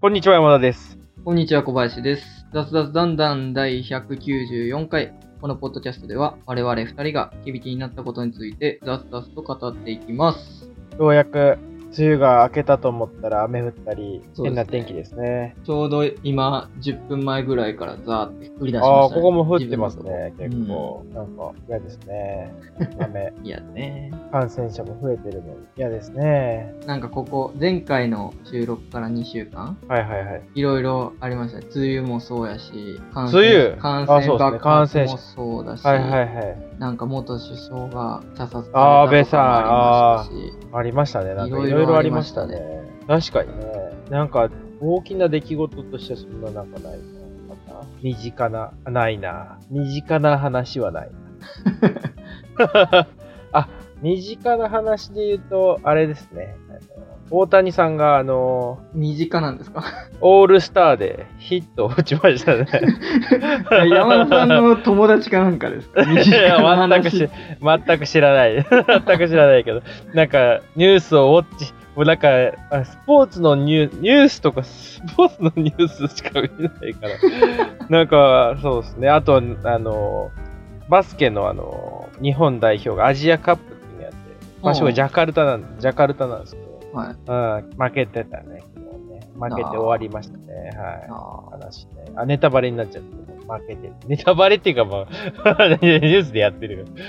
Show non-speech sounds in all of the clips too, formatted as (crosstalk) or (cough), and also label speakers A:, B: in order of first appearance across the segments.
A: こんにちは、山田です。
B: こんにちは、小林です。雑雑談談第194回。このポッドキャストでは、我々2人が響きになったことについて、雑雑と語っていきます。
A: ようやく、梅雨が明けたと思ったら雨降ったり、
B: そうですね
A: 変な天気ですね。
B: ちょうど今、10分前ぐらいからザーって降り出しました、
A: ああ、ここも降ってますね、
B: 自
A: 結
B: 分のと
A: 構。なんか、嫌ですね。雨、
B: こ。いやね。
A: 感染者も増えてるのに嫌です
B: (laughs)
A: ね。
B: なんかここ、前回の収録から2週間、
A: はいはいはい。
B: いろいろありましたね。梅雨もそうやし、感
A: 梅雨
B: 感
A: あそうですね
B: 染爆発もそうだし、
A: はいはいはい。
B: なんか元首相が射殺されたとか
A: あー
B: もありました
A: あ
B: し、
A: りましたね。なんか、い
B: い
A: ろい
B: ろいろ
A: ろありましたね
B: あ。
A: 確かにね。なんか、大きな出来事としてはそんななんかないなかった。身近な、ないな。身近な話は (laughs) ないな。あ、身近な話で言うと、あれですね。あの大谷さんが、あの、
B: 身近なんですか (laughs)
A: オールスターでヒットを打ちましたね。
B: 山田さんの友達かなんかですか
A: (laughs) いや全く知全く知らない。 (laughs) 全く知らないけど。なんか、ニュースをウォッチ、もうなんか、あスポーツのニューニュースとか、スポーツのニュースしか見ないから。 (laughs) なんか、そうですね。あと、あの、バスケのあの、日本代表がアジアカップっていうのやって、場所がジャカルタなんジャカルタなんですけど、
B: はい。
A: うん、負けてたね。昨日ね負けて終わりましたね。はい。
B: あ
A: 話ね。あ、ネタバレになっちゃって、負けてる。ネタバレっていうか、まあ、 (laughs) ニュースでやってるから。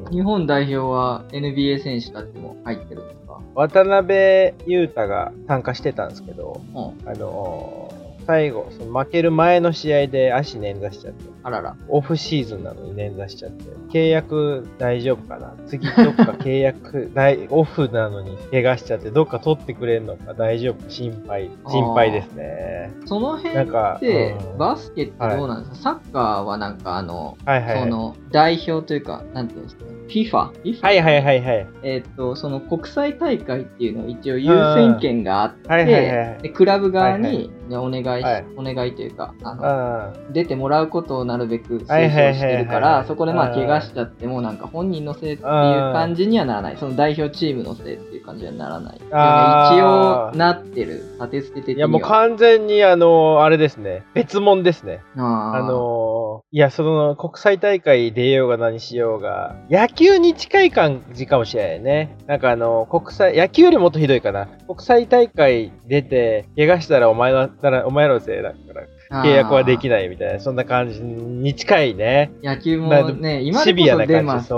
B: ー
A: うん
B: 日本代表は NBA 選手たちも入ってるんですか
A: 渡辺裕太が参加してたんですけど、
B: うん。
A: あのー最後、その負ける前の試合で足捻挫しちゃって、
B: あらら。
A: オフシーズンなのに捻挫しちゃって、契約大丈夫かな次どっか契約大、 (laughs) オフなのに怪我しちゃって、どっか取ってくれるのか大丈夫か心配、心配ですね。
B: その辺
A: なん
B: っ
A: か、
B: て
A: う、ん
B: バスケってどうなんですか、サッカーはなんかあの、
A: はいはいは
B: そ
A: い。
B: の代表というか、なんていうんですか FIFA? FIFA?
A: はいはいはいはい。
B: えっ、と、その国際大会っていうのは一応優先権があって、
A: はいはいはい。
B: でクラブ側に、
A: はいはい
B: じゃあお願いし、
A: はい
B: お願いというか、あの、
A: あ
B: 出てもらうことをなるべく
A: は
B: 推
A: いはいはいは
B: 奨
A: い
B: してるから、そこでま
A: うん
B: あ怪我しちゃっても、なんか本人のせいっていう感じにはならない、その代表チームのせいっていう感じにはならない。
A: あー
B: 一応なってる、立て捨て
A: ー
B: 的
A: い
B: に
A: や
B: は。
A: もう完全にあのあれですね別物ですね
B: あ
A: あ
B: ー
A: のいやその国際大会出ようが何しようが野球に近い感じかもしれないねなんかあの国際野球よりもっとひどいかな国際大会出て怪我したらお前のならお前らのせいだから契約はでき
B: あ
A: ないみたいなそんな感じに近いね
B: ー野球
A: まあ
B: もね、今で
A: シ
B: こ
A: ビアな感
B: そ
A: じ
B: 出ます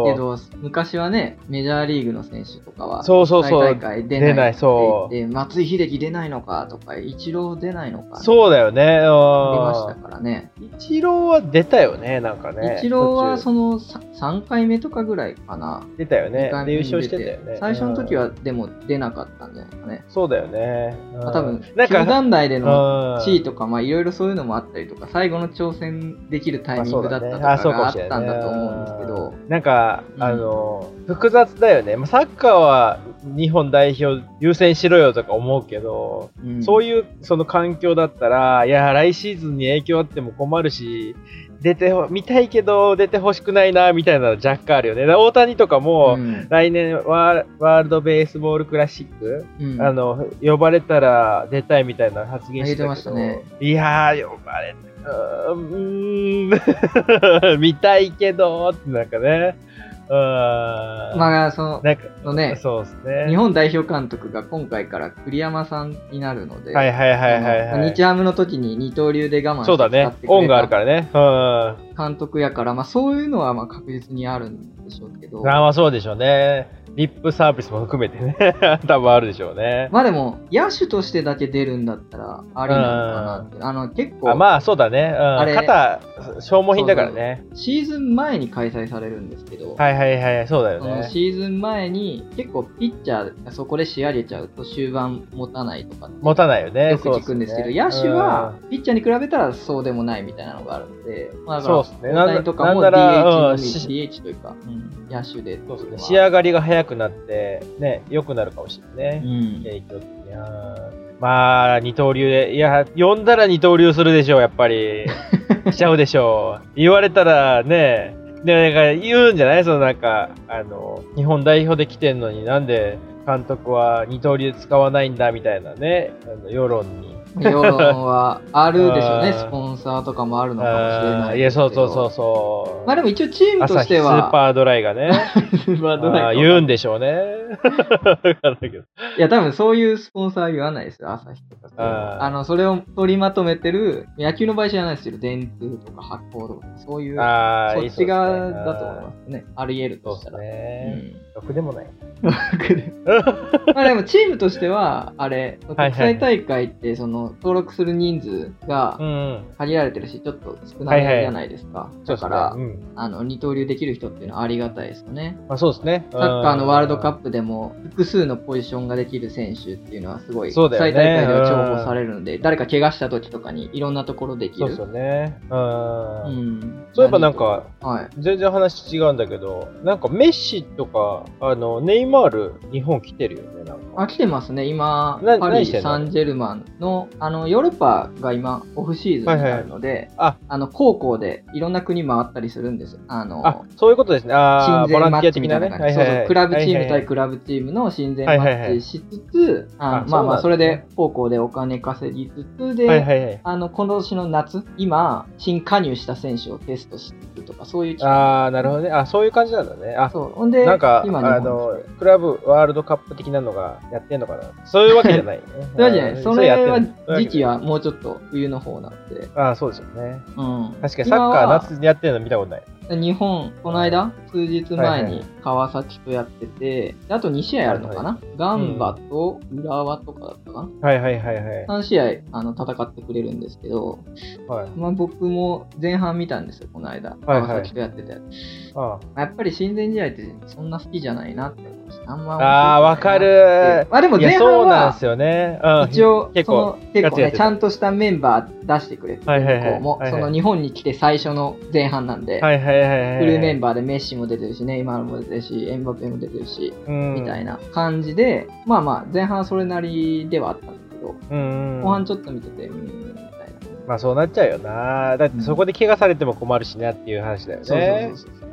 B: けど、昔はね、メジャーリーグの選手とかは、
A: そうそう
B: 国
A: そ
B: 際
A: う
B: 大会出
A: 出な
B: ないい
A: そう
B: って言って松井秀喜出ないのかとか、イチロー出ないのか、う
A: そうだよね
B: 出まし
A: う
B: た
A: ん
B: からね。
A: イチローは出たよねなんかね
B: イチローは
A: 途中
B: そのさ3回目とかぐらいかな。
A: 出たよね
B: 二回
A: で
B: 目
A: 優
B: に
A: 勝
B: 出
A: してたよね
B: 最初の時
A: うん
B: はでも出なかったんじゃないですかね。
A: そうだよね。うん
B: まあ、多分、
A: なん
B: 球
A: か、
B: 団内での
A: うん
B: 地位とか、まあいろいろそういうのもあったりとか、最後の挑戦できるタイミングだったとかがあったんだと思うんですけど、。
A: なんか、
B: うん
A: あの、複雑だよね。まあ、サッカーは日本代表優先しろよとか思うけど、そう
B: い
A: いうその環境だったら、いや、来シーズンに影響あっても困るし、出てほ見たいけど、出てほしくないな、みたいなの若干あるよね。だから大谷とかも、来年ワーワールドベースボールクラシック
B: うん、
A: あの呼ばれたら出たいみたいな発言してたけど
B: あげてましたね
A: いやー呼ばれたうーん (laughs) 見たいけどってなんかねうーんあ
B: まあその
A: なんか
B: のね、
A: そうですね
B: 日本代表監督が今回から栗山さんになるので、
A: はいはいはいはい
B: あ
A: は
B: の
A: い
B: 日ハムの時に二刀流で我慢
A: そうだね恩があるからねうんあ
B: ら監督やから、まあ、そういうのはまあ確実にあるんでしょうけど
A: ーまあそうでしょうねリップサービスも含めてね (laughs) 多分あるでしょうね
B: まあでも、野手としてだけ出るんだったら、ありなのかなって。あの、結
A: あ
B: 構、
A: まあそうだね、うん
B: あれ
A: 肩消耗品だからね
B: シーズン前に開催されるんですけど、
A: はいはいはいそうだよ
B: その
A: ね
B: シーズン前に、結構ピッチャーがそこで仕上げちゃうと終盤持たないとかって
A: 持たないよね
B: よく聞くんですけど、
A: そうっ
B: 野
A: すね
B: 手は、ピッチャーに比べたらそうでもないみたいなのがあるので、まあ、だか
A: そう
B: ら
A: ですね。
B: 大谷とかも
A: なんなら
B: DH の
A: うん
B: み
A: し
B: DH というか、うん野手で
A: そうですね。仕
B: 試合
A: 上がりが早くなって、ね、良くなるかもしれないね。影響的に。うんまあ、二刀流で、いや、呼んだら二刀流するでしょう、やっぱ
B: (laughs)
A: り。しちゃうでしょう。言われたらね、でなんか言うんじゃないそのなんか、あの、日本代表で来てんのになんで監督は二刀流使わないんだみたいなね、あの世論に。
B: 世論はあるでしょう
A: あ
B: ね。
A: ー
B: スポンサーとかもあるのかもしれ
A: あ
B: な
A: ー
B: い。
A: いや、そうそうそう。そう。
B: まあでも一応チームとして
A: 朝日スー
B: は、
A: パードライがね、
B: ス (laughs) ーパ
A: あ
B: ードラ
A: ー
B: イ
A: 言うん
B: で。
A: でしょう
B: (laughs)
A: ね。わかんないけど
B: いや、多分そういうスポンサーは言わないですよ、朝日とかそう。
A: あー
B: あの、それを取りまとめてる、野球の場合じゃないですけど、電通とか発行とか、そういう、
A: あー
B: そ
A: い
B: っ
A: いそうで
B: ち
A: すね
B: 側だと思いますね。あり得る
A: そ
B: と
A: うで
B: した
A: す
B: ら。
A: ね。 (laughs) ろくでもない。
B: うんまあでもチームとしては、あれ、国
A: はい
B: 際大会って、その、登録する人数が
A: うん。
B: 限られてるし、ちょっと少ないじゃないですか。
A: そう
B: だ
A: です
B: か
A: ね。
B: ら
A: う、ん
B: あの、二刀流できる人っていうのはありがたいですよね。
A: まあそうですね。
B: サッカーのワールドカッ
A: プ。
B: プでも、複数のポジションができる選手っていうのはすごい、
A: そうだよね
B: 国際大会では重宝されるので、誰か怪我した時とかにいろんなところでき
A: そう
B: る。
A: ですよね。うん。
B: ん
A: そういえばなんか、
B: はい。
A: 全然話違うんだけど、なんかメッシとか、あの、ネイマール、日本来てるよね、なんか。
B: あ、来てますね。今、
A: な
B: パ
A: 何
B: リ・
A: してんの
B: サンジェルマンの、あの、ヨーロッパが今、オフシーズンになるので、
A: あ
B: あの、高校でいろんな国回ったりするんですよ。あの、
A: あ、そういうことですね。ああ、
B: 親
A: ボ
B: 善
A: ラ
B: マ
A: ンティ
B: ッ
A: ア
B: チ
A: 的
B: みた
A: ないね。
B: な
A: は
B: 感
A: い
B: じ、
A: はい
B: そう
A: は
B: そう
A: い
B: クラブチー
A: は
B: ム
A: いは
B: 対
A: い
B: クラブチームの親善マ
A: はいは
B: ッ
A: いは
B: チ
A: い
B: しつつ、あ
A: あ
B: まあまあ、そ
A: そう
B: れ
A: なんですね
B: で高校でお金稼ぎつつで、
A: はいはいはい。
B: あの、この年の夏、今、新加入した選手をテストするとか、そういう機会
A: ああ、なるほどね。あそういう感じなんだね。あ
B: そう。ほんで、
A: なんか、
B: 今日本
A: あの、クラブワールドカップ的なのがやってんのかな。そういうわけじゃない、ね。
B: (laughs) そうじゃない。そ
A: れ
B: れ
A: やってんの
B: は
A: そういうわけ
B: 時期
A: じゃない
B: はもうちょっと冬の方なので。
A: ああ、そうですよね。
B: うん。
A: 確かにサッカ
B: 今
A: ー
B: は
A: 夏にやってるの見たことない。
B: 日本、この間、数日前
A: はい
B: に
A: は
B: 川崎とやってて、であと2試合あるのかな、ガンバと浦和とかだったか
A: はいはいはいはい。
B: な ?3 試合あの戦ってくれるんですけど、
A: はい、
B: まあ、僕も前半見たんですよ、この間。
A: はい
B: 川崎とやってて。
A: あ
B: やっぱり親善試合ってそんな好きじゃないなって思いました。あんま面白くないな
A: あー、わかる。
B: まあでも
A: いや
B: 前
A: そ
B: 半
A: うなん
B: は
A: ですよね。うん、
B: 一応、
A: 結
B: そ
A: 構
B: の、結
A: ガ
B: 構
A: チやって
B: ね、
A: た
B: ちゃんとしたメンバー出してくれて、
A: はいはいはい
B: 向こうも、
A: はいはい
B: その日本に来て最初の前半なんで、
A: はいはいはいはい。
B: フルメンバーでメッシも出てるし、ネイマールも出てるし、エンバペも出てるし、
A: うん
B: みたいな感じで、まあまあ、前半それなりではあったんだけど、
A: うんうん
B: 後半ちょっと見てて、うーん、みたいな。
A: まあそうなっちゃうよな。だってそこで怪我されても困るしなっていう話だよね。
B: そうそうそうそう。
A: うん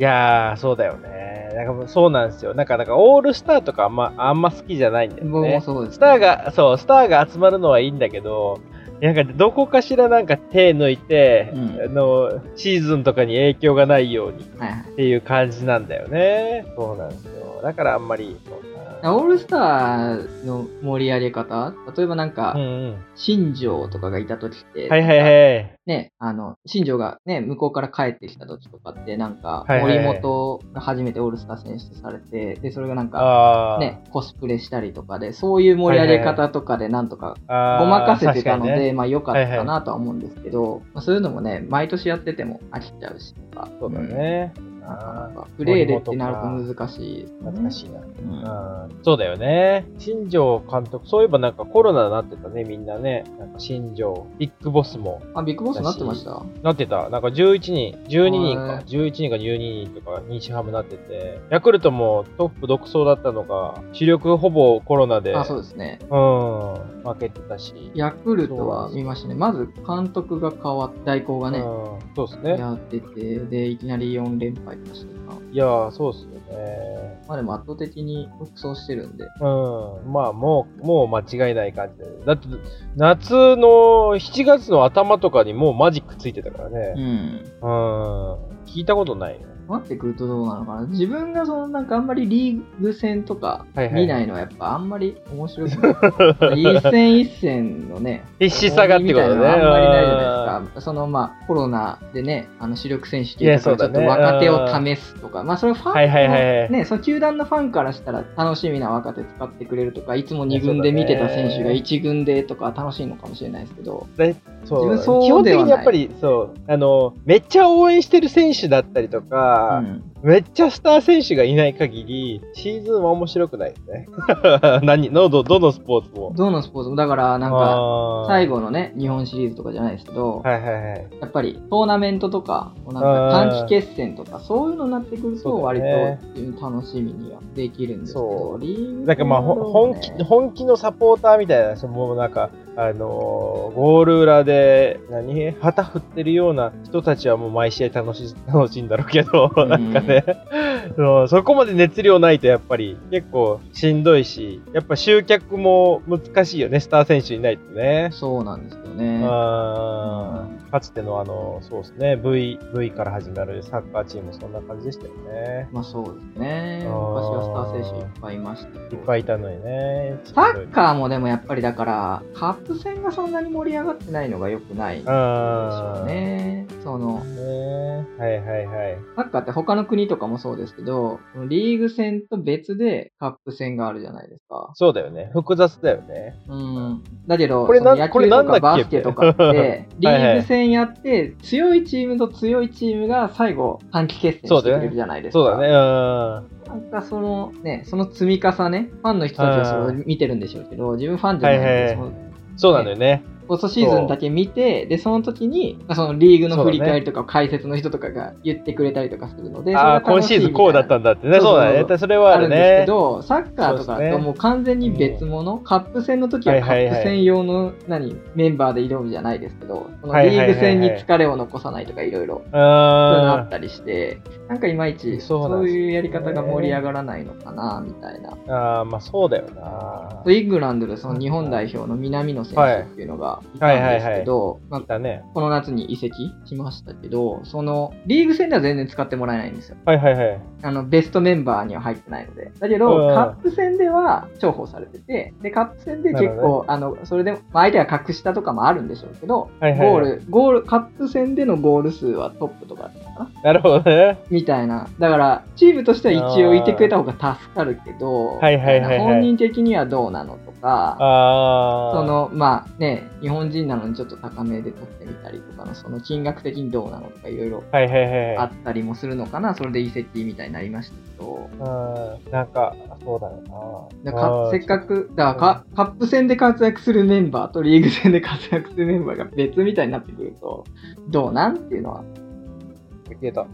A: いやー、そうだよね。なんかもうそうなんですよ。なんか、なんかオールスターとかあんま、あんま好きじゃないんだよ
B: 僕も
A: ね。
B: そうです、
A: スターが、そう、スターが集まるのはいいんだけど、なんかどこかしらなんか手抜いて、
B: うん
A: あの、シーズンとかに影響がないようにっ
B: はいはい。
A: ていう感じなんだよね。そうなんですよ。だからあんまり、そうな
B: オールスターの盛り上げ方例えばなんか、
A: うんうん。
B: 新庄とかがいた時って、
A: はいはいはい。
B: ね、あの、新庄がね、向こうから帰ってきた時とかって、なん
A: は
B: か、
A: いはい
B: 森
A: はい
B: 本が初めてオールスター選出されて、で、それがなんか、
A: あー
B: ね、コスプレしたりとかで、そういう盛り上げ方とかでなんとか
A: あー
B: ごまかせてたの
A: 確か
B: で、
A: にね
B: まあ良かったかなとは思うんですけど、まあ、そういうのもね、毎年やってても飽きちゃうしとか、
A: そうだね。
B: うん。なか
A: あ
B: な
A: ー
B: かプレーでってなると難しいですね。
A: 懐かしいな。
B: うん
A: うんそうだよね。新庄監督、そういえばなんかコロナになってたね、みんなね。なんか新庄、ビッグボスも
B: あ、ビッグボスなってました
A: なってた。なんか11人、12人
B: は
A: か
B: い、
A: 11人か12人とか、日ハムなってて、ヤクルトもトップ独走だったのが、主力ほぼコロナで、
B: あ、そうですね。
A: うん、負けてたし。
B: ヤクルトは見ましたね。まず監督が変わって、代行がね、
A: うん、そうですね。
B: やってて、で、いきなり4連敗とかしてた。
A: いやー、そうっすよね。
B: まあでも圧倒的に独走してるんで。
A: うん。まあ、もう、もう間違いない感じだよねだって、夏の7月の頭とかにもうマジックついてたからね。
B: うん。
A: うーん聞いたことないよ。
B: なってくるとどうなのかな自分がそのなんかあんまりリーグ戦とか
A: はいはい
B: 見ないのはやっぱあんまり面白
A: (laughs)
B: くない。一戦一戦のね、
A: 必死さがってことね。
B: 重みみたいなのあんまりないじゃないですか。そのまあコロナでね、あの主力選手っていうところ
A: いや
B: で
A: そう
B: ちょ
A: だ
B: っ
A: ね
B: と若手を試すとか、まあそれはファンの、
A: はいはいはいはい
B: ね、その球団のファンからしたら楽しみな若手使ってくれるとか、いつも2軍で見てた選手が1軍でとか楽しいのかもしれないですけど、
A: うんそう
B: 自分そう
A: 基本的
B: では
A: に
B: ない
A: やっぱりそうあのめっちゃ応援してる選手だったりと
B: う
A: か、
B: ん
A: めっちゃスター選手がいない限りシーズンは面白くないよね。 (laughs) 何のどどのスポーツも。
B: どのスポーツも、だからなんか
A: あー
B: 最後のね、日本シリーズとかじゃないですけど、
A: はいはいはい。
B: やっぱりトーナメントとか、なんか短期決戦とか、そういうのになってくると、
A: そう
B: 割
A: だ
B: と
A: ね
B: 楽しみにはできるんですけ
A: そ
B: ど、
A: う
B: リーグ
A: なんかまあ、ほ
B: の
A: 本気
B: ね
A: 本気のサポーターみたいなそのもうなんかあのーゴール裏で、何旗振ってるような人たちはもう毎試合楽しい、楽しいんだろうけど、
B: うん
A: なんかね、そうそこまで熱量ないとやっぱり結構しんどいし、やっぱ集客も難しいよね、スター選手いないとね。
B: そうなんですよね。
A: あーかつてのあの、そうですね、V、V から始まるサッカーチームそんな感じでしたよね。
B: まあそうですね。
A: あー
B: 昔はスター選手いっぱいいましたけ
A: い
B: ど
A: っぱいいたのにね。
B: サッカーもでもやっぱりだから、カップ戦がそんなに盛り上がってないのが良くないでしょ
A: あ
B: う
A: ー
B: ね。その、
A: ねはいはいはい。
B: サッカーって他の国とかもそうですけど、リーグ戦と別でカップ戦があるじゃないですか。
A: そうだよね。複雑だよね。
B: うん。だけど、
A: これな
B: その野
A: これ
B: 球
A: な
B: と
A: んだっ
B: か
A: け
B: バスケとかっ
A: (laughs) はい
B: て、リ
A: はい
B: ーグ戦やって、強いチームと強いチームが最後、短期決戦してくれるじゃないですか。
A: そうだね。う
B: なんかそのね、その積み重ね、ファンの人たちはそれを見てるんでしょうけど、自分ファンじゃないんで、
A: はいはい
B: その
A: ん。そうなんだよね。
B: ポストシーズンだけ見て、で、その時に、まあそのリーグの振り返りとかを解説の人とかが言ってくれたりとかするので、
A: ああ、
B: それが
A: 今
B: 楽しい
A: シーズンこうだったんだってね。
B: そう
A: そ
B: そ
A: う
B: うそう
A: だね。それ
B: みたいな
A: は
B: あ
A: あ
B: る
A: る
B: んです
A: ね
B: け。ど、サッカーとか
A: そうです
B: と
A: ね
B: もう完全に別物、カップ戦の時はカップ戦用の、何、メンバーで挑むじゃないですけど、その
A: はい
B: リ
A: はいはいはい
B: ーグ戦に疲れを残さないとかいろいろ、そういうのあ
A: あ
B: ったりして、なんかいまいち、
A: そう
B: そ
A: なん
B: う
A: ですよね
B: いうやり方が盛り上がらないのかな、みたいな。
A: ーあー、まあそうだよな。
B: イングランドでその日本代表の南野選手っていうのがいたんですけど、まあ
A: だね。
B: この夏に移籍しましたけど、そのリーグ戦では全然使ってもらえないんですよ。
A: はいはいはい。
B: あのベストメンバーには入ってないので。だけど、
A: うん
B: カップ戦では重宝されてて、でカップ戦で結
A: なるほ
B: 構、あのそれでも、まあ、相手が格下とかもあるんでしょうけど、
A: はいはいはい
B: ゴール、ゴール、カップ戦でのゴール数はトップとかだったかな
A: なるほどね。
B: みたいな。だから、チームとしては一応いてくれた方が助かるけど、
A: はいはいはいはい
B: みたな本人的にはどうなのとか、
A: ああ。
B: そのまあね日本人なのにちょっと高めで取ってみたりとかのその金額的にどうなのとかいろいろ
A: はいはいはい。
B: あったりもするのかな、それで移籍みたいになりましたけど
A: うん。なんか、そうだよな。
B: だか
A: うん
B: せっかくだからカカップ戦で活躍するメンバーとリーグ戦で活躍するメンバーが別みたいになってくるとどうなんっていうのは
A: 消えた。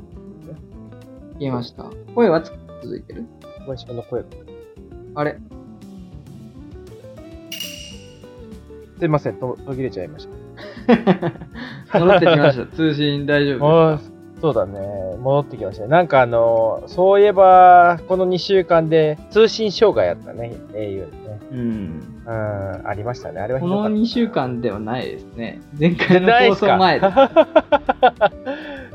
B: 言えました声はつ続いてる
A: 小林君の声が。(laughs)
B: あれ
A: すいません、と途切れちゃいました。
B: 戻ってき
A: (laughs)
B: ました通信大丈夫
A: あそうだね。戻ってきましたね。なんかあの、そういえば、この2週間で通信障害あったね、au にね。
B: うん
A: うん、ありましたね。あれはひ
B: こ
A: どかった
B: の
A: な
B: 2週。間ではないですね前回の
A: ないっ
B: 放
A: す
B: 送
A: か
B: 前です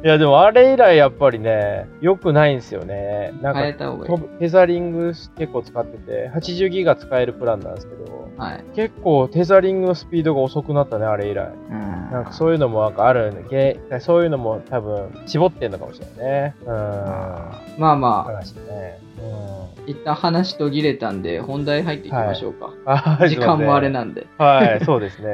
A: いや、でもあれ以来やっぱりね、良くないんですよね。 (laughs) なん
B: 変
A: か
B: え、た方がい
A: と
B: い
A: フェザリング結構使ってて、80ギガ使えるプランなんですけど、
B: はい
A: 結構テザリングのスピードが遅くなったね、あれ以来。
B: な
A: なんかそういうのもなんかあるんで、げそういうのも多分絞ってんのかもしれないね。うん。
B: まあまあ、
A: 話ね。うん。
B: 一旦話途切れたんで、本題入っていきましょうか。
A: あ
B: 時間もあれ。なんで。
A: すいませんはい、そうですね。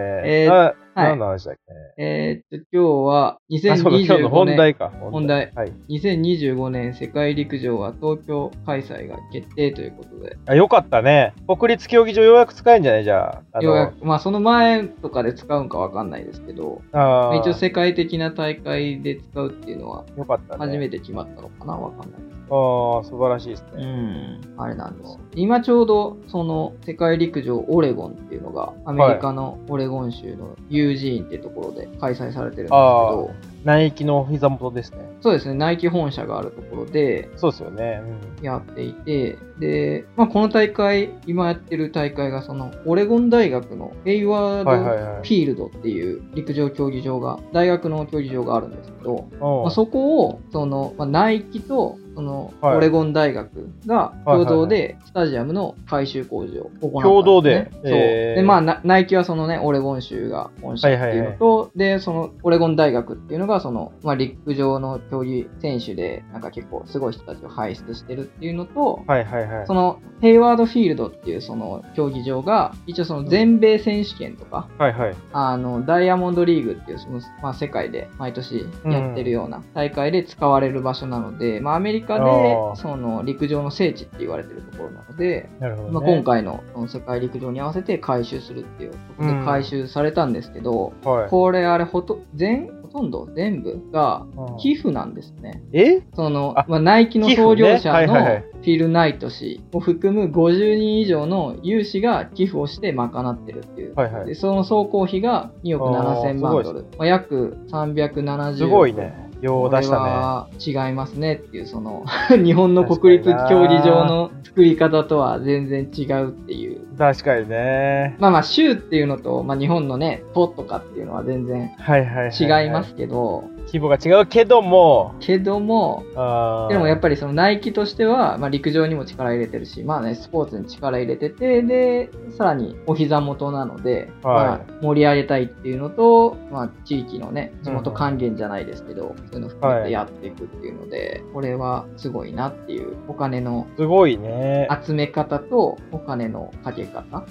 B: (laughs) えー
A: あ
B: はい
A: 何の話だっけ
B: えーっと、今日は
A: ね。あ、そうだ、今日の
B: 2025
A: 本
B: 年
A: 題か。
B: 本題。
A: はい。
B: 2025年世界陸上は東京開催が決定ということで、
A: あ、よかったね。国立競技場ようやく使えんじゃないじゃあ。あの
B: ようやく、まあその前とかで使うんかわかんないですけど、
A: あー
B: 一応世界的な大会で使うっていうのは
A: よかったね。
B: 初
A: て。
B: めて決まったのかなわかんないです
A: ああ、素晴らしいです
B: う
A: ね。
B: ん、あれなんですよ今ちょうどその世界陸上オレゴンっていうのがアメリカのオレゴン州のユージーンってところで開催されてるんですけど、
A: ナイキのお膝元ですね。
B: そうですねナイキ本社があるところで
A: そうですよね。
B: やっていてで、まあ、この大会今やってる大会がそのオレゴン大学のヘイワ
A: うん。はいはい
B: ード
A: はい。
B: フィールドっていう陸上競技場が大学の競技場があるんですけど、
A: うん
B: まあ、そこをその、まあ、ナイキとその
A: はい
B: オレゴン大学が共同でスタジアムの改修工事を行ったんすね、
A: 共同で
B: そう
A: へー
B: でまあなナイキはそのねオレゴン州が本社っていうのと、でそのオレゴン大学っていうのがその、まあ、陸上の競技選手でなんか結構すごい人たちを輩出してるっていうのと、
A: はいはいはい
B: そ。のヘイワードフィールドっていうその競技場が一応その全米選手権とか、
A: はいはい。
B: あのダイヤモンドリーグっていうその、まあ、世界で毎年やってるような大会で使われる場所なので、まあ、アメリリカで
A: あー
B: その陸上の聖地って言われてるところなので、
A: なるほど、ね。
B: まあ、今回のその世界陸上に合わせて回収するっていうことで
A: うん
B: 回収されたんですけど、
A: はい、
B: これあれほと全ほとんど全部が
A: うん
B: 寄付なんですね。
A: え
B: その
A: あ
B: まあ、ナイキの創業者
A: 寄付ね
B: の
A: はいはいはい
B: フィル・ナイト氏を含む50人以上の有志が寄付をして賄ってるっていう、
A: はいはい
B: でその総工費が2億7000万ドル、まあ、約370億
A: すごいね。よう出した
B: これ
A: ね。
B: は違いますねっていうその (laughs) 日本の国立競技場の作り方とは全然違うっていう
A: 確かにね。
B: まあまあ州っていうのと、まあ、日本のね都とかっていうのは全然
A: はいはいはは
B: 違いま。すけど、
A: 規模が違うけども、
B: けども
A: あー
B: でもやっぱりそのナイキとしては、まあ、陸上にも力入れてるし、まあね、スポーツに力入れててでさらにお膝元なので、
A: は
B: ま
A: い
B: あ、盛り上げたいっていうのと、まあ、地域のね地元
A: うん
B: 還元じゃないですけど、そういうのを含め
A: は
B: て
A: い
B: やっていくっていうので、これはすごいなっていうお金の
A: すごいね。
B: 集め方とお金のかけ方 (laughs) まあ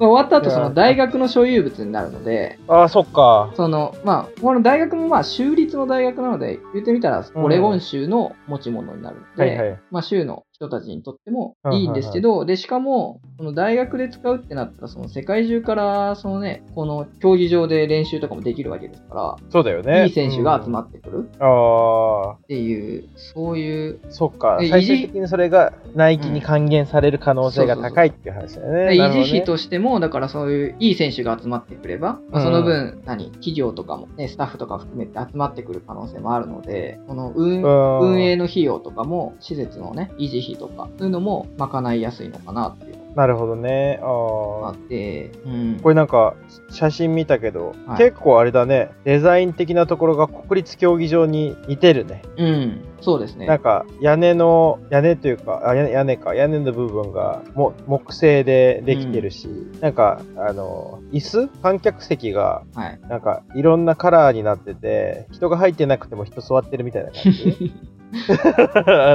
B: 終わった後その大学の所有物になるので
A: ああ、そっか。
B: そのまあこの大学もまあ州立の大学なので言ってみたら
A: うん
B: オレゴン州の持ち物になるので、
A: はいはい。
B: まあ、州の人たちにとってもいいんですけど、でしかもこの大学で使うってなったらその世界中からその、ね、この競技場で練習とかもできるわけですか
A: そうだよ
B: ら、
A: ね。
B: いい選手が集ま
A: っ
B: ってくる
A: て。ああ、
B: っていう、そういう
A: そっか。
B: え
A: 最終的にそれがナイキに還元される可能性が高いっていう話だよね。
B: 維
A: なるほどね
B: 持費としても、だからそういういい選手が集まってくれば、まあその分、何、企業とかも、ね、スタッフとか含めて集まってくる可能性もあるので、この運
A: うん
B: 運営の費用とかも、施設のね、維持費とか、そういうのも賄いやすいのかなっていうの
A: なるほどね。あ
B: があ
A: あ
B: っ。て、うん
A: これなんか写真見たけど、
B: はい
A: 結構あれだねデザイン的なところが国立競技場に似てるね
B: うん、そうです
A: なん
B: ね。
A: か屋根の屋根というかあ屋根屋根か屋根の部分がも木製でできてるし、なんかあの椅子観客席が
B: はい。
A: なんかいろんなカラーになってて人が入ってなくても人座ってるみたいな感じ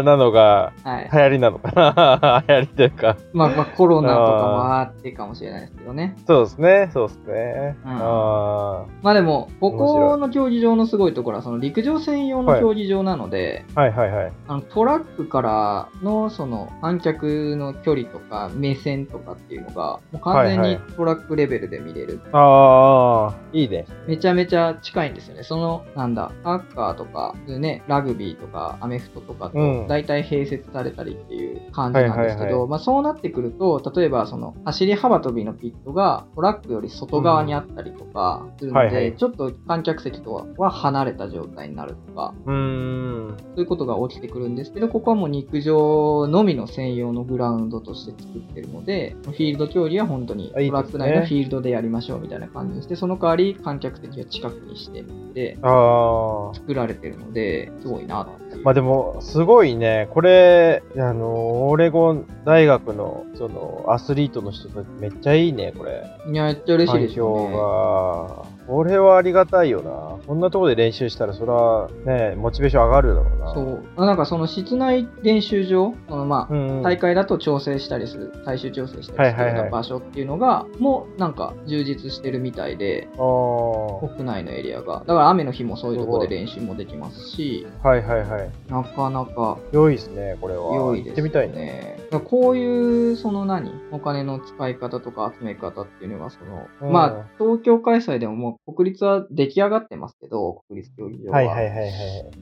A: なのが
B: はい。
A: 流行りなのかな流行りというか
B: まあ、まあ、コロナとかもあってかもしれないですけどね。
A: そうですねそうですね、
B: うん
A: あ
B: まあでも、こ
A: 面白
B: こ
A: い
B: の競技場のすごいところは、その陸上専用の競技場なので、
A: あはいはいはい
B: あのトラックからのその観客の距離とか目線とかっていうのがもう完全
A: はい
B: に
A: は
B: トラックレベルで見れる、
A: ああいいね
B: めちゃめちゃ近いんですよねそのなんだサッカーとか、ね、ラグビーとかアメフトとか
A: う
B: と
A: ん
B: 大体併設されたりっていう感じなんで
A: は
B: すけど、
A: いはいは
B: まあ、そうなってくると例えばその走り幅跳びのピットがトラックより外側にあったりとかするので、
A: はいはい
B: ちょっと観客席とは離れた状態になるとか
A: うーん。
B: そういうことが起きてくるんですけど、ここはもう陸上のみの専用のグラウンドとして作ってるので、フィールド競技は本当に
A: あいいですね
B: トラック内のフィールドでやりましょうみたいな感じにして、その代わり観客席は近くにしてるので、
A: ああ。
B: 作られてるので、すごいなっていう。
A: まあでも、すごいね。これ、あの、オレゴン大学の、その、アスリートの人たち、めっちゃいいね、これ。
B: いや、めっちゃ嬉しい
A: 環
B: ですよ
A: 境が。これはありがたいよな。こんなところで練習したら、それはね、モチベーション上がるだろう
B: ね。
A: な。
B: そ。う。あなんかその室内練習場、そのまあ、
A: うん、うん。
B: 大会だと調整したりする、最終調整したりするよう
A: はいはいは
B: ない場所っていうのが、もうなんか充実してるみたいで、
A: ああ。は
B: 国内のエリアが。だから雨の日もそういうところで練習もできますし、
A: いはいはい。
B: なかなか
A: 良いですね、これは。
B: 良い
A: 行
B: です、ね。
A: ってみたいね。
B: だからこういう、その何お金の使い方とか集め方っていうのが、その、
A: うん
B: まあ、東京開催でももう国立は出来上がってますけど、国立競技場は。
A: はいはいはいはい。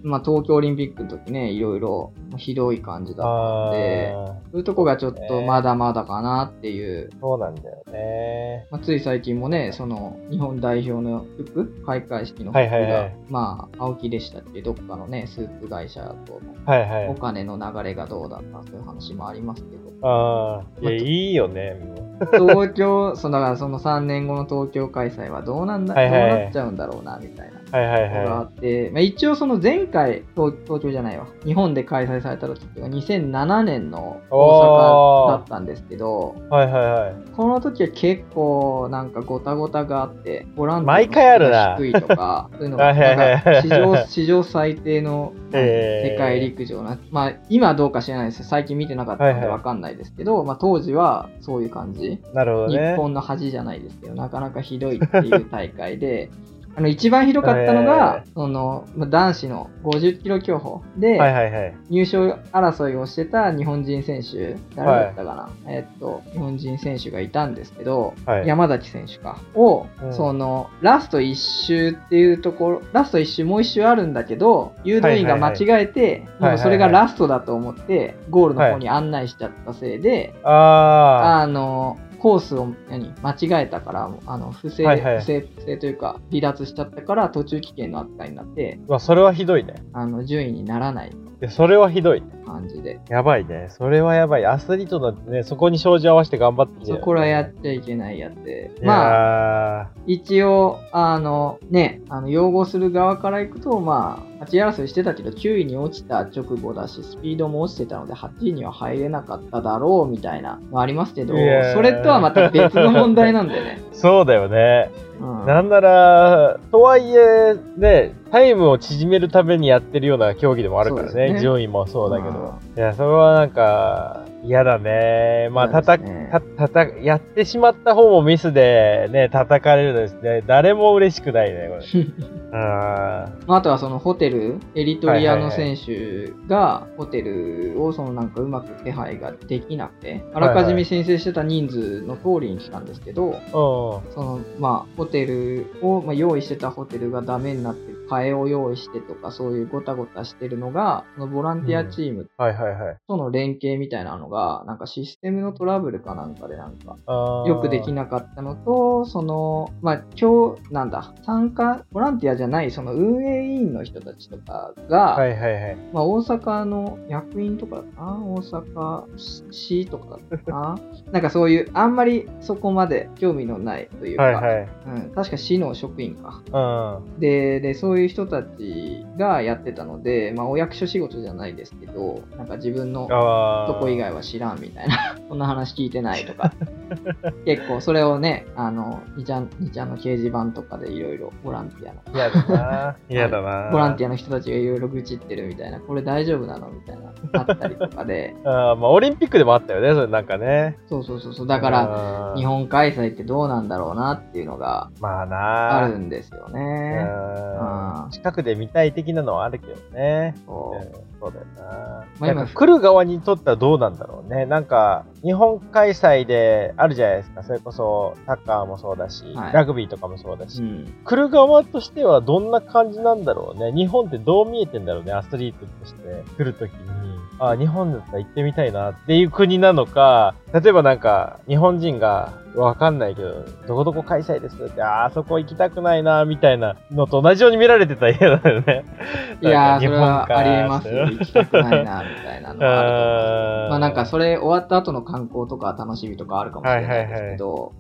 B: まあ、東京オリンピックの時ね、いろいろひどい感じだった。
A: あ
B: で
A: あ。
B: そういうとこがちょっと
A: ね
B: まだまだかなっていう。
A: そうなんだよね。
B: まあ、つい最近もね、その日本代表の服、開会式の服が、
A: はいはいはい
B: まあ、青木でしたっけ、どっかのね、スーツ会社との
A: はいは
B: お
A: い。
B: 金の流れがどうだったという話もありますけど、
A: ああ。いや、いいよね。もう
B: 東京、そのだからその3年後の東京開催はどうなんだ、
A: はいはい
B: どうなっちゃうんだろうな、みたいな。
A: はいはい
B: があ
A: は
B: って、まあ、一応その前回東東京じゃないわ日本で開催された時っていうのは2007年の大
A: お
B: 阪
A: ー
B: だったんですけど
A: い。はいはいはい。
B: この時は結構なんかごたごたがあってボランテ
A: 毎
B: ィ
A: 回あ
B: ア
A: る
B: が
A: な
B: 低いと
A: (laughs)
B: かそういうのが
A: はいはいはい
B: なんか史上 (laughs) 史上最低の
A: えー
B: 世界陸上な、まあ今はどうか知らないです最近見てなかったの
A: はい
B: で
A: はい
B: わかんないですけど、まあ、当時はそういう感じ
A: なるほど
B: 日
A: ね。
B: 本の恥じゃないですけど、なかなかひどいっていう大会で、 (laughs) あの一番ひどかったのが、
A: え
B: そのまあ男子の50キロ競歩で、
A: はいはいはい。
B: 入賞争いをしてた日本人選手、誰だったかな、えーっと、日本人選手がいたんですけど、
A: はい
B: 山崎選手か、を、
A: うん
B: その、ラスト1周っていうところ、ラスト1周もう1周あるんだけど、誘導員が間違
A: はいはいは
B: えて、
A: い
B: もうそれがラストだと思って、ゴールの方に案内しちゃったせいで、
A: あ
B: あの、コースを何間違えたから、あの不正、
A: はいはい
B: 不正、不正というか、離脱しちゃったから、途中棄権の扱いになって、
A: ー、まあ、それはひどいね。
B: あの、順位にならない
A: いやそれはひどい。
B: 感じで。
A: やばいね。それはやばい。アスリートなんてね、そこに障子合わせて頑張ってんだ
B: そ
A: よ
B: こらやっちゃいけないやって。
A: いや
B: まあ、
A: まあ、
B: 一応、あの、ね、あの擁護する側からいくと、まあ、8位争いしてたけど、9位に落ちた直後だし、スピードも落ちてたので、8位には入れなかっただろうみたいなのありますけど、
A: いやー
B: それとはまた別の問題なんでね。
A: そうだよね。
B: うん
A: なんなら、とはいえ、ね、タイムを縮めるためにやってるような競技でもあるから
B: そうで
A: ね、
B: すね
A: 順位もそうだけど
B: ま。
A: いや、それはなんか、嫌だね。まあ、
B: 嫌
A: た
B: です
A: た、
B: ね
A: た、たた、やってしまった方もミスで、ね、叩かれるのですね。誰も嬉しくない
B: (laughs)
A: ね、これ。あー
B: まあ、あとはそのホテル、エリトリアの
A: はいはいは
B: 選手がホテルをそのなんかうまく手配ができなくて、あらかじめ申請してた人数の通りに来たんですけど、
A: うん。
B: そのまあホテルを、まあ、用意してたホテルがダメになって、替えを用意してとか、そういうごたごたしてるのが、そのボランティアチーム
A: はいはいはい。
B: との連携みたいなのが、なんかシステムのトラブルかなんかでなんか
A: あー
B: よくできなかったのと、その、まあ、今日、なんだ、参加、ボランティアじゃない、その運営委員の人たちとかが、
A: はいはいはい。
B: まあ、大阪の役員とかだったかな、大阪市とかだっ
A: (laughs)
B: たかな、なんかそういう、あんまりそこまで興味のないというか、
A: はいはい。
B: うん、確か市の職員
A: う
B: か。
A: ん。
B: でで、そういう人たちがやってたので、まあ、お役所仕事じゃないですけど、なんか自分の
A: ああ。
B: とこ以外は知らんみたいな、 (laughs) そんな話聞いてないと
A: (laughs)
B: か、結構それをね、あの、にちゃん、にちゃんの掲示板とかでいろいろボランティアの、
A: 嫌だ
B: (laughs)
A: な。嫌だな。
B: ボランティアの人たちがいろいろ愚痴ってるみたいな、これ大丈夫なのみたいな、あったりと
A: (laughs)
B: かで、
A: あーまあ、オリンピックでもあったよね、それなんかね。
B: そうそうそうそう、だから、
A: ら
B: 日。本開催ってどうなんだろうなっていうのが
A: まあな
B: あるんですよね。
A: う
B: うんん
A: 近くで見たい的なのはあるけどね。
B: そう
A: うんそうだよな。
B: まあ今
A: なんか来る側にとってはどうなんだろうね。なんか、日本開催であるじゃないですか。それこそ、サッカーもそうだし、
B: はい
A: ラグビーとかもそうだし、
B: うん、
A: 来る側としてはどんな感じなんだろうね。日本ってどう見えてんだろうね、アスリートとして。来るときに。あ、日本だったら行ってみたいなっていう国なのか、例えばなんか、日本人が、わかんないけど、どこどこ開催ですって、あーあそこ行きたくないな、みたいなのと同じように見られてたら嫌だよね。
B: いや
A: なんか
B: ー、
A: 日
B: それ
A: 本
B: は
A: か
B: ありえますよ。行きたくないな、みたいなのはあると思います
A: あー
B: まあなんかそれ終わった後の観光とか楽しみとかあるかもしれないですけど、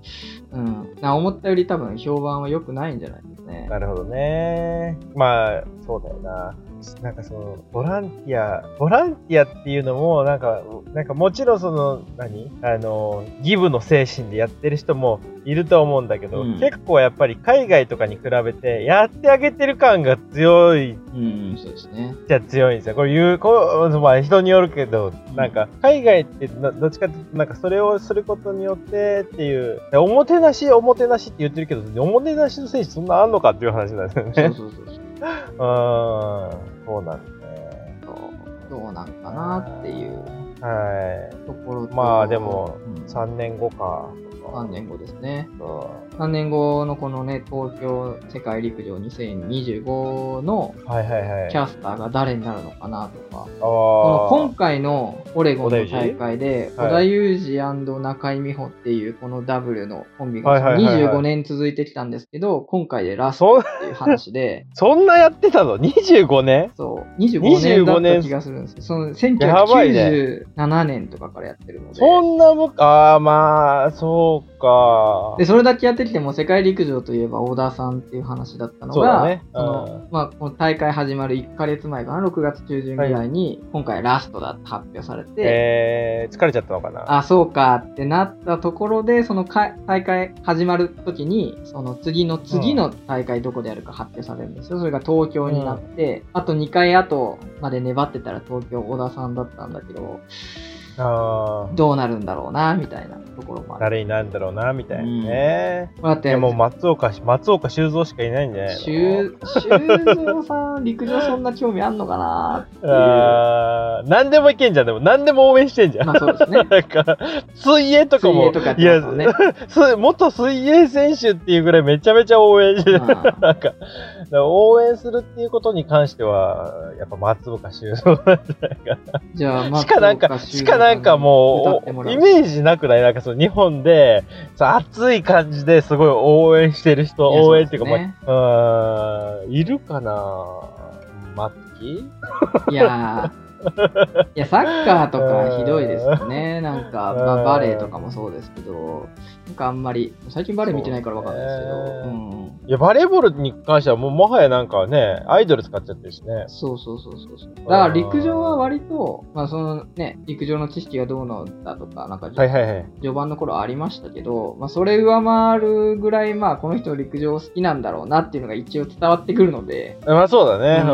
B: うん、な思ったより多分評判は良くないんじゃないですかね。
A: なるほどね。まあ、そうだよな。なんかその、ボランティア、ボランティアっていうのも、なんか、なんかもちろんその、何あの、ギブの精神でやってる人もいると思うんだけど、
B: うん
A: 結構やっぱり海外とかに比べて、やってあげてる感が強い
B: うん、そうです (laughs) ね。
A: じゃ強いんですよ。これ言う、こうまあ人によるけど、なんか、海外ってなどっちかっていうと、なんかそれをすることによってっていう、でおもてなし、おもてなしって言ってるけど、おもてなしの選手そんなあんのかっていう話なんですよね。
B: そうそうそうそう
A: うーん、そうなんですね。
B: そう。どうなんかなっていう
A: は
B: ところと
A: まあでも
B: うん
A: い。3年後か。
B: 3年後ですね。
A: 後。
B: 3年後のこのね、東京世界陸上2025の
A: はいはいはい。
B: キャスターが誰になるのかなとか、
A: あ
B: この
A: ー
B: 今回のオレゴンの大会で、
A: 織
B: 織
A: 田
B: 田裕二中井美穂っていうこのダブルのコンビ
A: はいはい
B: が
A: はいはい
B: 25年続いてきたんですけど、今回でラストっていう話で、
A: そんなやってたの ?25 年
B: そう、25年だった気がするんですけど、その
A: やばい
B: 1997年とかからやってるので。
A: そんなもんか。あーまあ、そうか。
B: でそれだけやってきても世界陸上といえば小田さんっていう話だったの
A: そうだ
B: が
A: ね
B: その
A: う
B: まあ、この大会始まる1ヶ月前かな6月中旬ぐらいに今回ラストだって発表されて、
A: えー、疲れちゃったのかな。
B: あ、そうかってなったところで、そのか大会始まるときに、その次の次の大会どこでやるか発表されるんですよ。それが東京になって、あと2回後まで粘ってたら東京小田さんだったんだけど、
A: ああ。
B: どうなるんだろうな、みたいなところもある。
A: 誰になるんだろうな、みたいなね。
B: だっ
A: い
B: て、
A: や、もう松岡し、松岡修造しかいないんじゃないの
B: 修造さん、陸上そんな興味あんのかなっていう
A: あー何でもいけんじゃん、でも。何でも応援してんじゃん。
B: まあそうです
A: (laughs)
B: ね。
A: なんか、水泳とか
B: 水
A: も、
B: 泳とかやっ
A: い
B: てま
A: や
B: すもんね。
A: す元水泳選手っていうぐらいめちゃめちゃ応援してる。
B: うん
A: なんか、応援するっていうことに関しては、やっぱ松岡修造
B: じゃあ、まあ
A: しかなんか、しかなんかもう、イメージなくないなんかその日本で、さ熱い感じですごい応援してる人、
B: いや
A: 応援っていうか、
B: そうですね
A: まあ、うーん、いるかな松木
B: いやーいや、サッカーとかひどいですよね。なんか、まあ、バレーとかもそうですけど、なんかあんまり、最近バレー見てないからわかんないですけど、
A: そう
B: う
A: ね
B: ん。
A: いや、バレーボールに関してはもう、もはやなんかね、アイドル使っちゃってるしね。
B: そうそうそうそうそう。だから陸上は割と、まあそのね、陸上の知識がどうのだとか、なんか、
A: はいはいはい。
B: 序盤の頃ありましたけど、まあそれ上回るぐらい、まあこの人陸上好きなんだろうなっていうのが一応伝わってくるので、
A: まあそうだね。
B: う
A: う。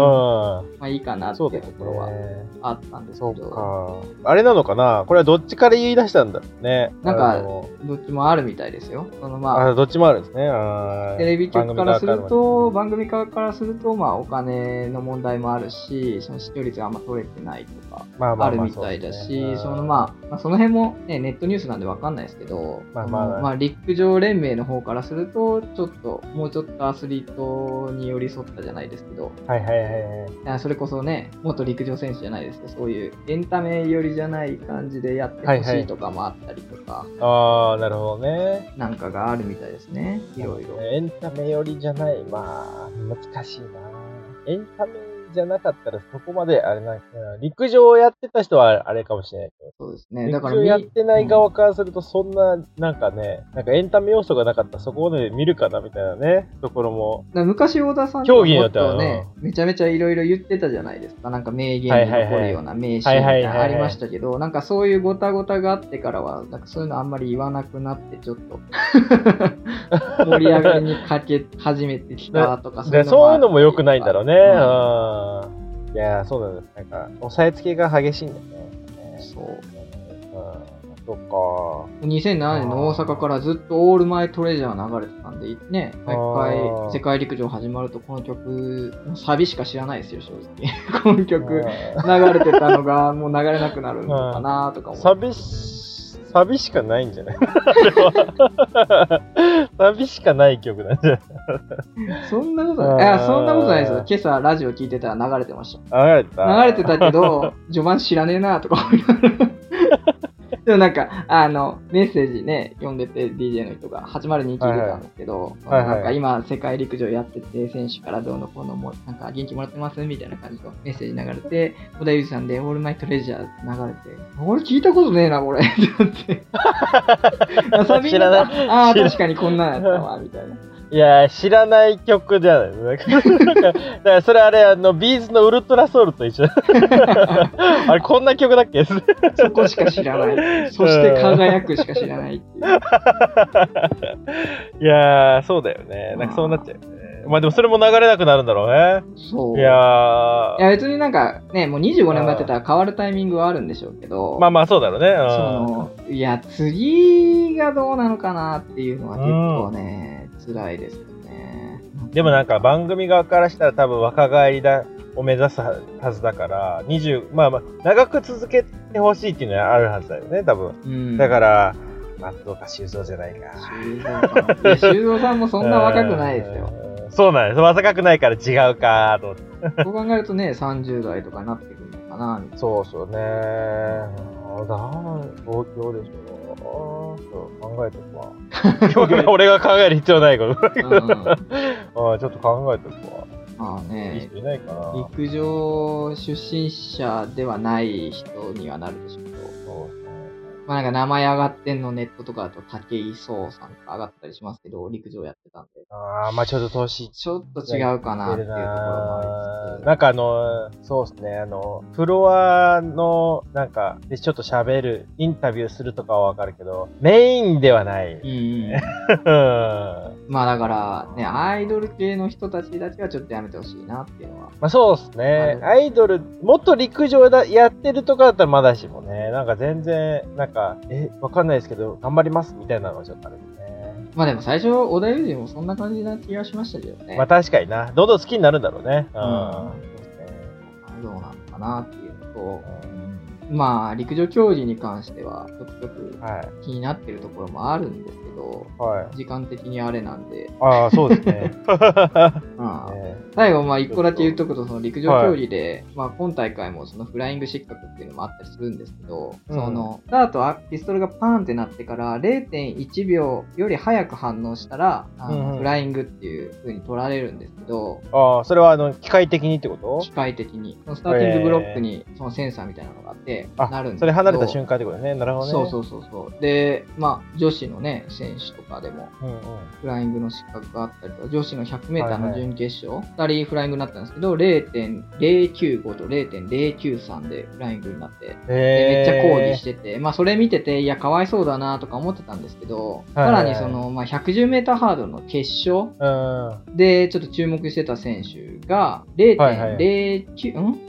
B: まあいいかなんって
A: そ
B: いう
A: だよ
B: うところは
A: ね。
B: あったんです
A: そう
B: けど、
A: か。あれなのかなこれはどっちから言い出したんだろうね。
B: なんか
A: あの
B: どっちもあるみたいですよ。そのまあ、
A: あどっちもあるんですね。あー
B: テレビ局からする
A: 番組側からも
B: と、番組側からすると、まあ、お金の問題もあるし、その視聴率があんま取れてないとか、
A: まあま
B: あ
A: あ
B: る
A: まあ
B: み
A: そう
B: たいだ
A: です
B: し、
A: ね
B: そのまあ、まあその辺も、ね、ネットニュースなんでわかんないですけど、
A: まあまあ
B: の陸上連盟の方からすると、ちょっと、もうちょっとアスリートに寄り添ったじゃないですけど、
A: はいはいはいはい。
B: あそれこそね、元陸上選手じゃないですけど、そういうエンタメ寄りじゃない感じでやってほ
A: はい
B: し
A: はい
B: いとかもあったりとか、
A: ああ、なるほどね。
B: なんかがあるみたいですね、いろいろ。
A: エンタメ寄りじゃない。まあ、難しいな。エンタメじゃなかったらそこまで、あれなんか、陸上をやってた人はあれかもしれないけど。
B: そうですね。だ
A: 陸
B: から
A: 上
B: み、
A: やってない側からすると、そんな、なんかね、なんかエンタメ要素がなかったらそこまで見るかなみたいなね、ところも。
B: だから昔、小田さん
A: 競技によっては
B: もっとね、めちゃめちゃいろいろ言ってたじゃないですか。なんか名言に残るような名シーンみたいなのありましたけど、なんかそういうごたごたがあってからは、なんかそういうのあんまり言わなくなって、ちょ
A: (laughs)
B: っと盛り上がりにかけ始めてきたとか、
A: でそういうのも良くないんだろうね。う
B: う
A: ん。いやー、そうなんです。なんか、押さえつけが激しいんだよね。
B: んそう
A: うんそっ
B: 2007年の大阪からずっと「オールマイトレジャー」流れてたんでね
A: あ
B: 毎
A: ー
B: 回世界陸上始まるとこの曲サビしか知らないですよ正直 (laughs) この
A: か。
B: 曲
A: う
B: 流れてたのがもう流れなくなるのかなとか
A: ん
B: 思っ
A: 寂
B: て
A: し、寂しかないんじゃない (laughs) あれは寂しかない曲なんじゃない
B: そんなことない。いや
A: あー
B: そんなことないですよ。今朝ラジオ聞いてたら流れてまし
A: あ流れて
B: た。
A: た。
B: 流れてた
A: (laughs)
B: けど、序盤知らねえなとか (laughs) 思いながら。でもなんか、あの、メッセージね、読んでて DJ の人が802聞いてたんですけど、
A: はいはい
B: なんか今、世界陸上やってて、選手からどうのこうのも、なんか元気もらってますみたいな感じのメッセージ流れて、小田裕二さんで、オールマイトレジャー流れて、俺聞いたことねえな、これ。ってな
A: (laughs)
B: って。
A: 知らない
B: い。ああ、
A: 知らない
B: 確かにこんなのやったわ、みたいな。
A: いやー、知らない曲じゃない。なんか、 (laughs) なんかだからそれあれ、あの、ビーズのウルトラソウルと一緒。 (laughs) あれ、こんな曲だっけ
B: そこしか知らない。そして輝くしか知らないっていう。
A: いやー、そうだよね。なんかそうなっちゃうよね。まあでもそれも流れなくなるんだろう
B: そう。
A: ね。いやー
B: いや別になんかね、もう25年もやってたら変わるタイミングはあるんでしょうけど、
A: まあまあそうだろうね。うん
B: その、いや、次がどうなのかなっていうのは結構ね、辛いですよね。
A: でもなんか番組側からしたら多分若返りだを目指すはずだから、20、まあまあ、長く続けてほしいっていうのはあるはずだよね、多分。
B: うん、
A: だから、松岡修造じゃないか。
B: 修造
A: (laughs)
B: さんいや、修造さんもそんな若くないですよ。
A: うん。そうなんです。若くないから違うかと思って。
B: そう考えるとね、30代とかになってくるのかな、みたい
A: そうそうね。あだ、東京でしょ。そう考えとくわ。今日俺が考える必要ないこと。
B: な。
A: (laughs)
B: うん、
A: あちょっと考えとくわ。
B: まあ
A: いい
B: ね、
A: 人いないかな。
B: 陸上出身者ではない人にはなるでしょうけど。
A: そうね
B: まあなんか名前上がってんのネットとかだと武井壮さんとか上がったりしますけど、陸上やってたんで、
A: ああ、まあちょっと年いっ
B: ちょっと違うかなっていうところもありつつ。
A: なんかあの、そうですね、あの、フロアの、なんか、でちょっと喋る、インタビューするとかはわかるけど、メインではない。
B: うんうん。まあだから、ね、アイドル系の人たちだけはちょっとやめてほしいなっていうのは。
A: まあそうですね。アイドル、元陸上だやってるとかだったらまだしもね、なんか全然、なんか、え、わかんないですけど、頑張りますみたいなのはちょっとあれですね。
B: まあでも最初、小田裕二もそんな感じな気がしましたけどね。
A: まあ確かにな。どんどん好きになるんだろうね。うん。
B: うん
A: そうですね
B: どうなのかなっていうのと、まあ陸上競技に関しては、ちょくちょ
A: う
B: く
A: んはい。
B: 気になってるところもあるんですけど、
A: はい。
B: 時間的にあれなんで、
A: ああ、そうです
B: (laughs)
A: ね。
B: うん
A: ね
B: 最後、まあ一個だけ言っとくと、その陸上競技で、まあ今大会もそのフライング失格っていうのもあったりするんですけど、
A: うん
B: その、スタートはピストルがパーンってなってから0.1秒より早く反応したら、あの
A: うんうん
B: フライングっていう風に取られるんですけど、
A: ああ、それはあの、機械的にってこと
B: 機械的に、そのスターティングブロックにそのセンサーみたいなのがあって、
A: あ
B: なるんですけど
A: それ離れた瞬間ってことね。なるほどね。
B: そうそうそうそう。で、まあ、女子のね、選手とかでも、
A: うんうん。
B: フライングの失格があったりとか、女子の 100m
A: はいは
B: の
A: い
B: 準決勝、2人フライングになったんですけど、0.095と0.093でフライングになって、
A: えー、
B: でめっちゃ抗議してて、まあ、それ見てて、いや、かわいそうだなとか思ってたんですけど、
A: はい
B: さらにその、まあ、110m ハードルの決勝
A: うん。
B: で、ちょっと注目してた選手が、
A: はいはい
B: 0.09、ん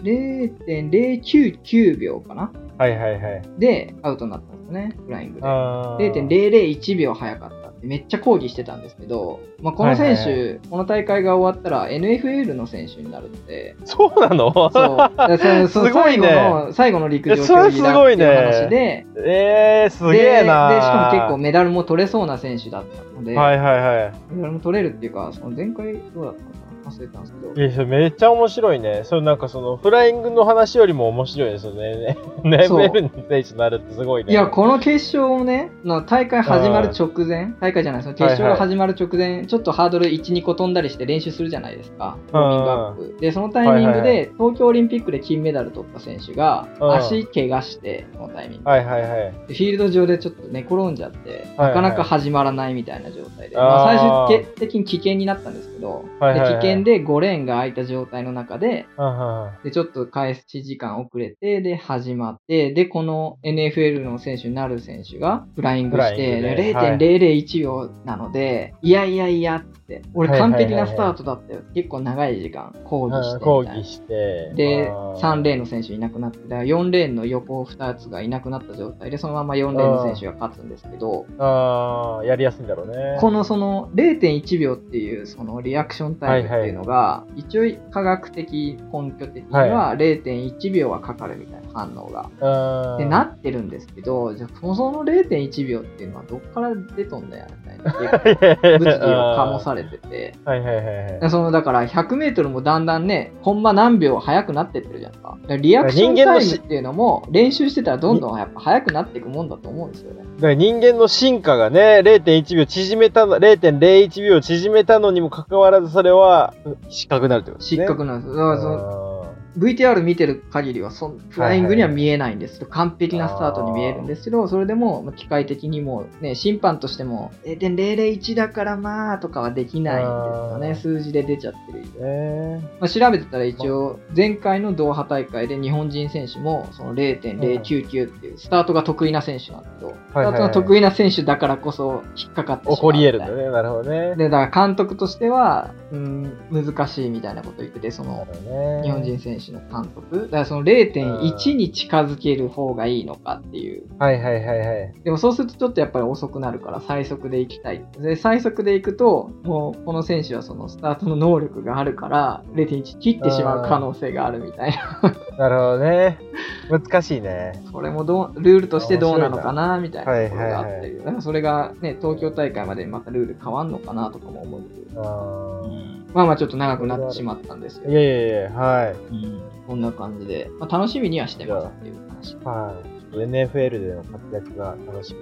B: ?0.099 秒かな
A: はいはいはい。
B: で、アウトになったんですよね、フライングで。
A: あー
B: 0.001秒早かったってめっちゃ抗議してたんですけど、まあ、この選手、
A: はいはい
B: この大会が終わったら NFL の選手になる
A: (laughs)
B: ので、
A: そうなの
B: そう、だからそのその
A: すごいね
B: 最後の最後の陸上競技だっていう話で、
A: えー、す
B: で
A: げえなー
B: でしかも結構メダルも取れそうな選手だったので、
A: はいはいはい。
B: メダルも取れるっていうか、その前回どうだったのかな忘れたんですけど、
A: えそれめっちゃ面白いね。それなんかそのフライングの話よりも面白いですよね。 (laughs) ね、
B: そう
A: NFL に選手になるってすごいね。
B: いや、この決勝をね、の大会始まる直前、大会じゃない、その決勝が始まる直前、ちょっとハードル1、2個飛んだりして練習するじゃないですか、ウォーミングアップ。で、そのタイミング
A: はいはい
B: で、東京オリンピックで金メダル取った選手が、
A: うん
B: 足怪我して、そのタイミング
A: はいはいはい。
B: で。フィールド上でちょっと寝転んじゃって、
A: はい
B: なかなか始まらないみたいな状態で、
A: あー
B: まあ、最終的に危険になったんですけど、
A: はいはいはい
B: で危険で5レーンが空いた状態の中で、
A: うんうんうん
B: で、ちょっと開始時間遅れて、で、始まって、で、この NFL の選手になる選手がフライン
A: フ
B: グし
A: ライ
B: て、
A: ングで
B: で
A: はい
B: 0.001秒なので、いやいやいやって、俺
A: はいはい
B: 完
A: はいはい
B: 璧なスタートだったよ。結構長い時間抗議
A: あ
B: してみたいな。
A: ー抗議して。
B: で、
A: あー
B: 3レーンの選手いなくなって、だから4レーンの横2つがいなくなった状態で、そのまま4レーンの選手が勝つんですけど、
A: あーやりやすいんだろうね。
B: このその0.1秒っていうそのリアクションタイムっていうのが、一応科学的根拠的には0.1秒はかかるみたいな反応が、
A: うん
B: って
A: (laughs)
B: なってるんですけど、じゃあそもそも0.1秒っていうのはどっから出とんだよみたいな結構物議を醸されてて。
A: はいはいはいは
B: そのだから100メートルもだんだんね、コンマ何秒速くなってってるじゃんか。だからリアクション
A: 人間
B: タ
A: の
B: イ
A: し
B: ムっていうのも練習してたらどんどんやっぱ速くなっていくもんだと思うんですよね。
A: い。だから人間の進化がね、0.1秒縮めたの、0.01秒縮めたのにもかかわらず、それは失格になるってことですね。
B: 失格なんですよ。だからその
A: あー
B: VTR 見てる限りはそんフライングには見えないんですけど、完璧なスタートに見えるんですけどそれでもまあ機械的にもう、ね、審判としても0.001だからまあとかはできないんですよ
A: あ
B: ね
A: ー
B: 数字で出ちゃってる以上、
A: えー
B: まあ、調べてたら一応前回のドーハ大会で日本人選手もその0.099っていうスタートが得意な選手なんですけど、スタ
A: はいはい
B: ートが得意な選手だからこそ引っかかってしまう
A: 起こり得るんだ
B: みたいな
A: ね。なるほどね。
B: でだから監督としては、うん、難しいみたいなこと言っててその
A: なるほどね
B: 日本人選手の監督だからその0.1に近づける方がいいのかっていう
A: はいはいはいはい。
B: でもそうするとちょっとやっぱり遅くなるから最速で行きたいで最速で行くともうこの選手はそのスタートの能力があるから0.1切ってしまう可能性があるみたいな
A: なるほどね。難しいね。
B: それもどうルールとしてどうなのかなみたいなところがあ
A: はい
B: っ
A: は
B: て
A: い
B: だからそれがね東京大会までまたルール変わんのかなとかも思うけど
A: あー
B: まあまあちょっと長くなってしまったんですけ
A: い
B: ど、
A: やいやいや、はい。
B: うんこんな感じで、まあ、楽しみにはしてますっていう話
A: はい。NFL での活躍が楽
B: (laughs)
A: しみ。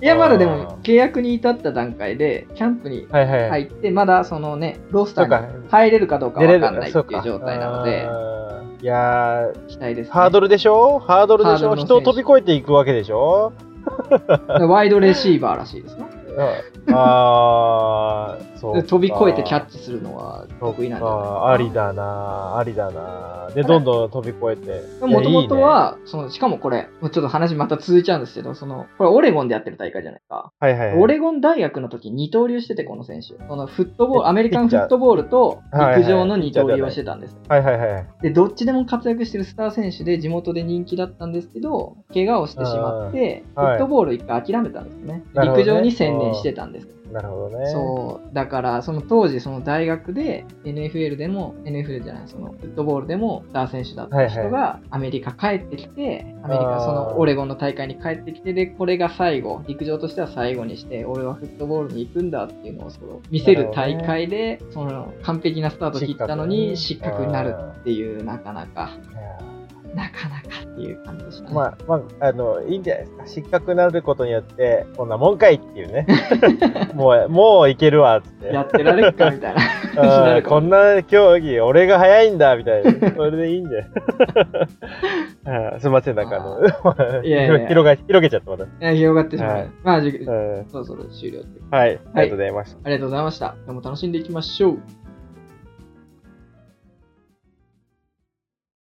B: いや、まだで
A: あ
B: も
A: ー
B: 契約に至った段階で、キャンプに
A: はいはい。
B: 入って、まだそのね、ロースタ
A: そうか
B: ーに入れるかどうか
A: 出
B: わ
A: れ
B: かん
A: る、
B: ないって
A: そう
B: いう
A: か。
B: 状態なので、
A: あーいやー、
B: 期待です、ね。
A: ハードルでしょハードルでし
B: ハード
A: ょ
B: ルの選手
A: 人を飛び越えていくわけでしょ
B: (laughs) ワイドレシーバーらしいですね。
A: あー、そう
B: 飛び越えてキャ
A: チ
B: ッチするのは得意なんじゃないかな
A: ありだなありだなで、どんどん飛び越えて。
B: もとも
A: いや
B: と
A: いいね
B: は、その、しかもこれ、もうちょっと話また続いちゃうんですけど、その、これオレゴンでやってる大会じゃないか。
A: はいはいはい。
B: オレゴン大学の時二刀流してて、この選手。このフットボール、アメリカ
A: ピ
B: ン
A: ッチ
B: フ
A: ャー
B: ットボールと
A: はいはい
B: 陸上の二刀流をしてたんです。
A: はいはいはい。
B: で、どっちでも活躍してるスター選手で地元で人気だったんですけど、怪我をしてしまって、フ
A: あーはい
B: ットボールを一回諦めたんですね。
A: なるほどね
B: 陸上に専念してたんです。
A: なるほどね。
B: そう。だから、その当時、その大学で NFL でも、NFL じゃない、そのフットボールでもスター選手だった人
A: は
B: がアメリカ帰ってきて、アメリ
A: あ
B: カ、
A: ー
B: そのオレゴンの大会に帰ってきて、で、これが最後、陸上としては最後にして、俺はフットボールに行くんだっていうのをその見せる大会で、その完璧なスタート切ったのに
A: 失
B: 失
A: 格ね
B: 格になるっていう、なかなか、
A: いや
B: なかなかっていう感じでし
A: ー
B: たね。
A: まあ、まあ、あの、いいんじゃないですか。失格になることによって、こんなもんかいっていうね。
B: (laughs)
A: もう、もういけるわ、つって。
B: やってられっかみたい
A: (laughs)
B: な。
A: あー
B: なるかも
A: こんな競技、俺が早いんだ、みたいな。それでいいんじ (laughs) ゃないあーすいません、なんかあの、
B: いやいやい
A: (laughs)
B: や
A: 広が、広げちゃった、また。うん
B: え広がってしまう。
A: はい
B: まあ、じゅ
A: はい、
B: そろそろ終了っていう
A: ありがとうございました。
B: ありがとうございました。今日も楽しんでいきましょう。